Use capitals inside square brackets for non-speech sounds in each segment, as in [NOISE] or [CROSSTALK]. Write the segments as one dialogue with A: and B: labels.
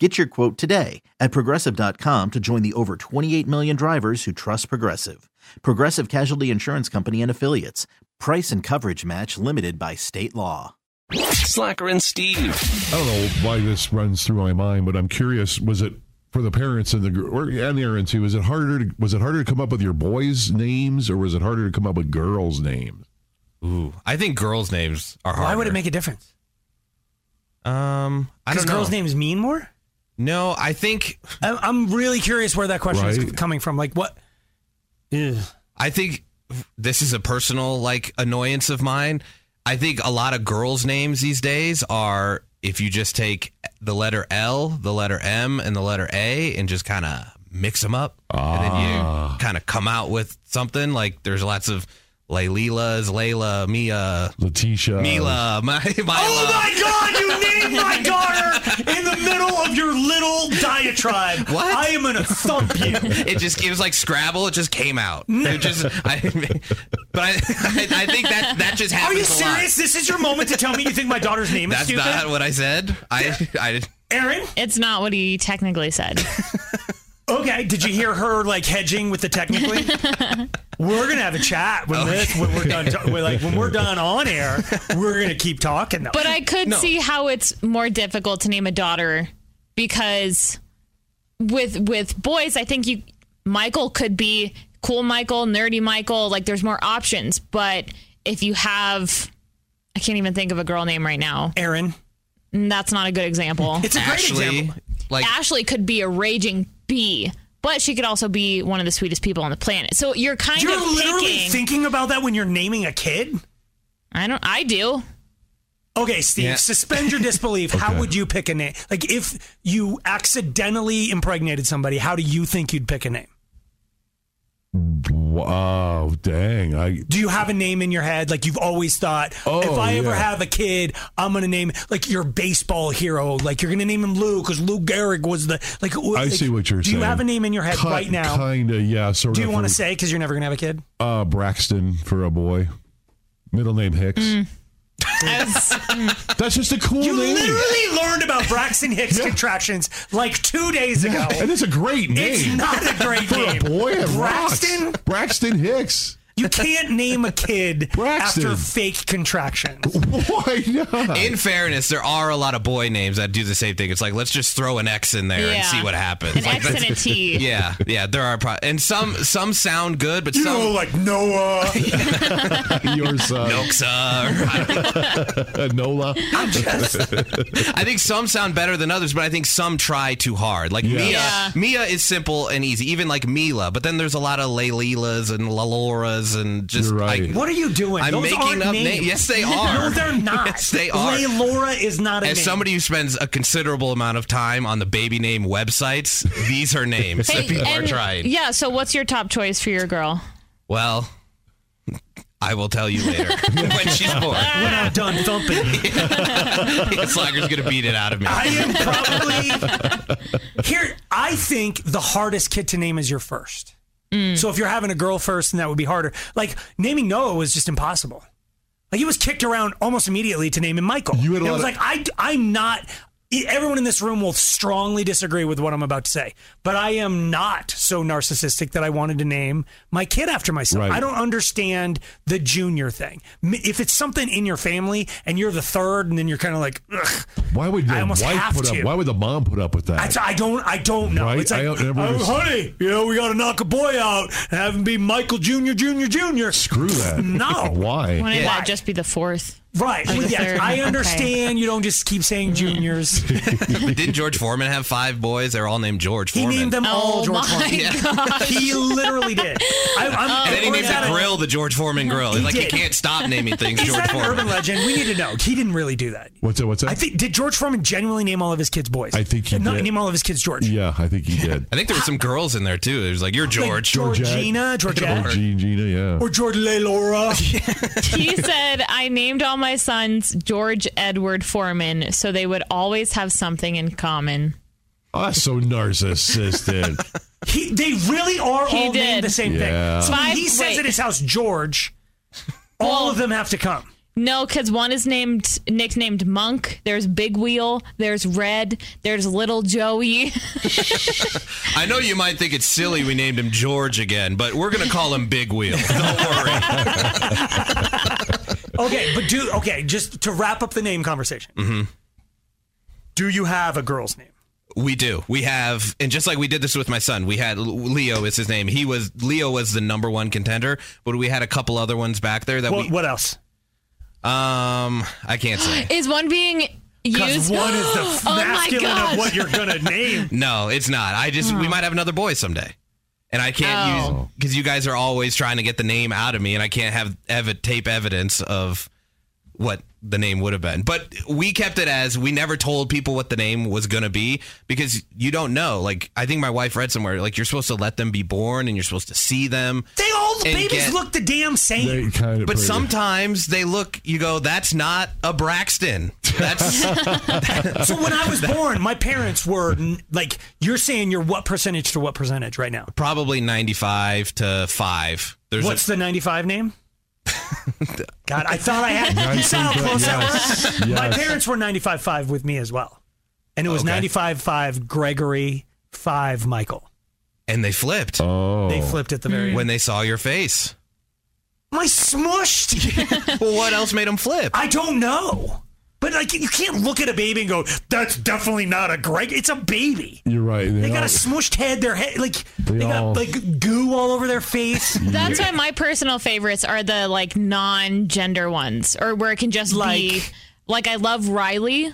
A: Get your quote today at progressive.com to join the over 28 million drivers who trust Progressive. Progressive Casualty Insurance Company and Affiliates. Price and coverage match limited by state law.
B: Slacker and Steve.
C: I don't know why this runs through my mind, but I'm curious. Was it for the parents and the gr- or, and the errands too? Was it harder? To, was it harder to come up with your boys' names, or was it harder to come up with girls' names?
D: Ooh, I think girls' names are harder.
E: Why would it make a difference?
D: Um, I
E: Because
D: don't know.
E: girls' names mean more.
D: No, I think
E: I'm, I'm really curious where that question is
C: Right.
E: coming from. Like what? Ugh.
D: I think this is a personal like annoyance of mine. I think a lot of girls' names these days are if you just take the letter L, the letter M, and the letter A, and just kind of mix them up, and then
E: Ah.
D: you kind of come out with something. Like there's lots of Laylilas, Layla, Mia,
C: Letitia,
D: [LAUGHS] Mila, my,
F: Oh
D: Myla.
F: my God! You named my daughter in the middle of your little diatribe.
D: What?
F: I am gonna thump
E: [LAUGHS]
F: you.
D: [LAUGHS] It just it was like Scrabble. It just came out. It just, I, but I, I think that that just
F: Are
D: happens. a
F: you
D: lot.
F: serious? This is your moment to tell me you think my daughter's name is
D: That's
F: stupid.
D: not what I said. I I
F: Aaron,
G: It's not what he technically said.
F: okay. Did you hear her like hedging with
E: [LAUGHS]
F: the technically? we're gonna have a chat when this when we're done. We're like when we're done on air, we're gonna keep talking though.
G: But I could see how it's more difficult to name a daughter because with with boys, I think you Michael could be cool Michael, nerdy Michael, like there's more options. But if you have I can't even think of a girl name right now.
E: Aaron.
G: and That's not a
F: [LAUGHS]
G: good example.
E: It's a great
D: Ashley
E: example.
D: like
G: Ashley could be a raging bee, but she could also be one of the sweetest people on the planet. So you're kind
F: You're
G: of
F: literally
G: picking.
F: thinking about that when you're naming a kid.
G: I don't I do.
F: Okay, Steve,
D: Yeah.
C: [LAUGHS]
F: suspend your disbelief. How
C: Okay.
F: would you pick a name? Like, if you accidentally impregnated somebody, how do you think you'd pick a name?
C: Wow, dang! I
F: Do you have a name in your head? Like, you've always thought,
C: Oh,
F: if I ever
C: yeah.
F: have a kid, I'm going to name, like, your baseball hero. Like, you're going to name him Lou because Lou Gehrig was the, like,
C: I see what you're
F: do
C: saying.
F: you have a name in your head right now?
C: Kinda, yeah. Sort
F: Do
C: of
F: you want
C: for-
F: to say because you're never going to have a kid?
C: uh, Braxton for a boy? Middle name Hicks.
G: I was-
C: That's just a cool
F: You
C: name,
F: literally learned about
C: [LAUGHS]
F: Braxton Hicks contractions like two days ago.
C: and it's a great name.
F: It's not a great
C: for
F: name.
C: a boy, it rocks.
F: Braxton?
C: Braxton Hicks. [LAUGHS]
F: You can't name a
D: [LAUGHS]
F: kid
C: Braxton.
F: after fake contractions.
C: Why not?
D: in fairness, there are a lot of boy names that do the same thing. It's like let's just throw an X in there
G: Yeah.
D: and see what happens. [LAUGHS]
G: An
D: Like,
G: X and a T.
D: yeah, yeah, there are pro- and some some sound good, but some
F: like
C: [LAUGHS]
F: Noah.
C: Your son,
D: Noxa. or-
C: uh, Nola.
D: I think some sound better than others, but I think some try too hard. Like Mia,
G: Yeah.
D: Mia is simple and easy, even like Mila. But then there's a lot of Laylilas and Laloras and just
C: You're right.
D: like
F: what are you doing?
D: I'm
F: Those
D: making
F: aren't
D: up
F: names.
D: names. Yes, they
F: [LAUGHS]
D: are.
F: No, they're not.
D: Yes, they are.
F: Laylora is not a
D: As
F: name.
D: somebody who spends a considerable amount of time on the baby
C: [LAUGHS]
D: name websites, these are names that people are
G: and-
D: trying.
G: Yeah, so what's your top choice for your girl?
D: Well, I will tell you
F: [LAUGHS]
D: later when she's born. [LAUGHS]
F: when I'm done thumping,
D: Slacker's gonna beat it out of me.
F: I am probably here. I think the hardest kid to name is your first. So if you're having a girl first, then that would be harder. Like naming Noah was just impossible. Like he was kicked around almost immediately to name him Michael.
C: You had a
F: it
C: lot
F: was
C: of-
F: like I, I'm not. e, Everyone in this room will strongly disagree with what I'm about to say, but I am not so narcissistic that I wanted to name my kid after myself.
C: Right.
F: I don't understand the junior thing. M- If it's something in your family and you're the third, and then you're kind of like, Ugh,
C: Why would the
F: I almost
C: wife
F: have
C: put
F: to.
C: up? Why would the mom put up with that?
F: I, I don't, I don't know.
C: Right?
F: It's like,
C: I don't- never
F: "Oh,
C: understood.
F: honey, you know, we got to knock a boy out and have him be Michael Junior, Junior, Junior. [LAUGHS]
C: Screw that.
F: No.
C: Why?
G: Wouldn't
F: Yeah.
G: that just be the fourth?
F: Right.
G: Like
F: Well,
G: the
F: yes,
G: third-
F: I
G: okay.
F: understand you don't just keep
C: Mm.
F: saying
C: [LAUGHS]
F: juniors.
D: Did George Foreman have five boys? They're all named George
F: He
D: Foreman.
F: named them all
G: Oh
F: George
G: my Oh.
F: Foreman.
G: [LAUGHS]
F: He literally did. I, I'm,
D: and then he
F: or is
D: named
F: that
D: the
F: a-
D: grill the George Foreman grill. He's like,
F: did.
D: you can't stop
F: [LAUGHS]
D: naming things
F: Is
D: George
F: that an urban
D: Foreman.
F: legend? We need to know. He didn't really do that.
C: What's that? What's that?
F: I think did George Foreman genuinely name all of his kids boys?
C: I think he
F: Not
C: did.
F: name all of his kids George.
C: yeah, I think he
F: [LAUGHS]
C: did.
D: I think there were some girls in there too. It was like, you're
F: Like
D: George.
C: [LAUGHS]
F: Georgina, Georgette,
C: Oh, Gene, Gina, yeah.
F: or George Laura.
G: [LAUGHS] He said, I named all my sons George Edward Foreman, so they would always have something in common.
C: Oh, that's so narcissistic.
F: [LAUGHS] He, they really are
G: He
F: all named
G: did.
F: the same
C: Yeah.
F: thing. So when
G: Five-
F: Uh, he says
G: wait.
F: at his house George, all
G: Well-
F: of them have to come.
G: No, because one is named nicknamed Monk. There's Big Wheel. There's Red. There's Little Joey. [LAUGHS]
D: I know you might think it's silly we named him George again, but we're gonna call him Big
F: [LAUGHS]
D: Wheel. Don't worry.
F: Okay, but do okay. Just to wrap up the name conversation.
D: Mm-hmm.
F: Do you have a girl's name?
D: We do. We have, and just like we did this with my son, we had Leo is his name. He was Leo was the number one contender, but we had a couple other ones back there that
F: What,
D: we.
F: what else?
D: Um, I can't say.
G: Is one being
F: Because
G: used?
F: one [GASPS] is the
G: [GASPS] oh my
F: masculine
G: gosh.
F: of what you're gonna name.
D: No, it's not. I just we might have another boy someday, and I can't use because you guys are always trying to get the name out of me, and I can't have ev- tape evidence of what the name would have been. But we kept it as we never told people what the name was going to be because you don't know. Like I think my wife read somewhere like you're supposed to let them be born and you're supposed to see them.
F: [LAUGHS] They all the
D: And
F: babies
D: get-
F: look the damn same.
C: They kind of
D: But
C: pretty-
D: sometimes they look, you go, that's not a Braxton. That's
F: so
D: [LAUGHS]
F: when I was born, my parents were n- like, "You're saying you're what percentage to what percentage right now?"
D: probably 95 to 5. There's
F: What's
D: a,
F: the 95 name?
D: [LAUGHS]
F: God, I thought
C: [LAUGHS]
F: I had.
C: I
F: You saw how
C: think that-
F: close
C: yes,
F: that was? My
C: yes.
F: parents were 95.5 with me as well. And it was
D: Okay.
F: 95.5 Gregory, 5 Michael.
D: and they flipped
C: Oh,
F: They flipped at the very end.
D: when they saw your
F: [LAUGHS]
D: face.
F: Am I smushed?
D: Well, what else made them flip?
F: I don't know. But like, you can't look at a baby and go, that's definitely not a Greg. It's a baby.
C: you're right.
F: They
C: all-
F: got a smushed head. Their head, like, they,
C: They
F: got
C: all-
F: like goo all over
C: [LAUGHS]
F: their face.
G: That's why my personal favorites are the like non-gender ones, or where it can just be
F: Like-
G: like I love Riley.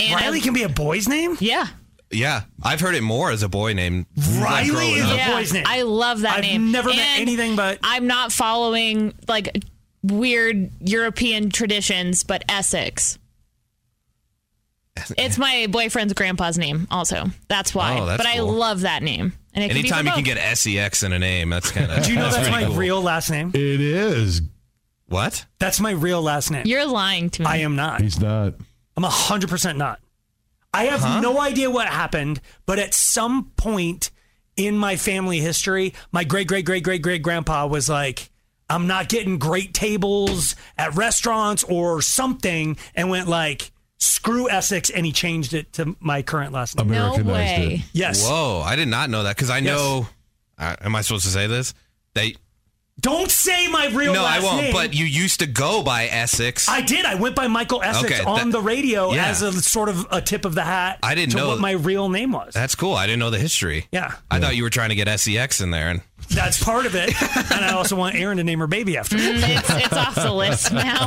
G: And
F: Riley can be a boy's name?
G: yeah,
D: Yeah, I've heard it more as a boy named
F: Riley
D: growing
F: is
D: up.
F: a
G: yeah.
F: boy's name.
G: I love that
F: I've
G: name.
F: never met
G: And
F: anything but-
G: I'm not following like weird European traditions, but Essex. It's my boyfriend's grandpa's name, also. That's why.
D: Oh, that's
G: but I
D: cool.
G: love that name. And it
D: Anytime you can
G: can be for both.
D: get sex in a name, that's kind of.
F: [LAUGHS] Do you know that's, my real last name?
C: It is.
D: What?
F: That's my real last name.
G: You're lying to me.
F: I am not.
C: He's not.
F: I'm 100% not. I have no idea what happened, but at some point in my family history, my great, great, great, great, great grandpa was like, I'm not getting great tables at restaurants or something, and went like, screw Essex, and he changed it to my current last name.
G: no
C: Americanized
G: way.
F: yes.
D: Whoa, I did not know that because I know. I am I supposed to say this? They
F: Don't say my real
D: no, I
F: last
D: won't.
F: name.
D: But you used to go by Essex.
F: I did. I went by Michael Essex
D: Okay,
F: on
D: that-
F: the radio
D: yeah.
F: as a sort of a tip of the hat
D: I didn't
F: to
D: know-
F: what my real name was.
D: that's cool. I didn't know the history.
F: yeah.
D: I thought you were trying to get sex in there, and
F: That's part of it. and I also want Aaron to name her baby after me.
G: it's, it's off
F: [LAUGHS]
G: the list now.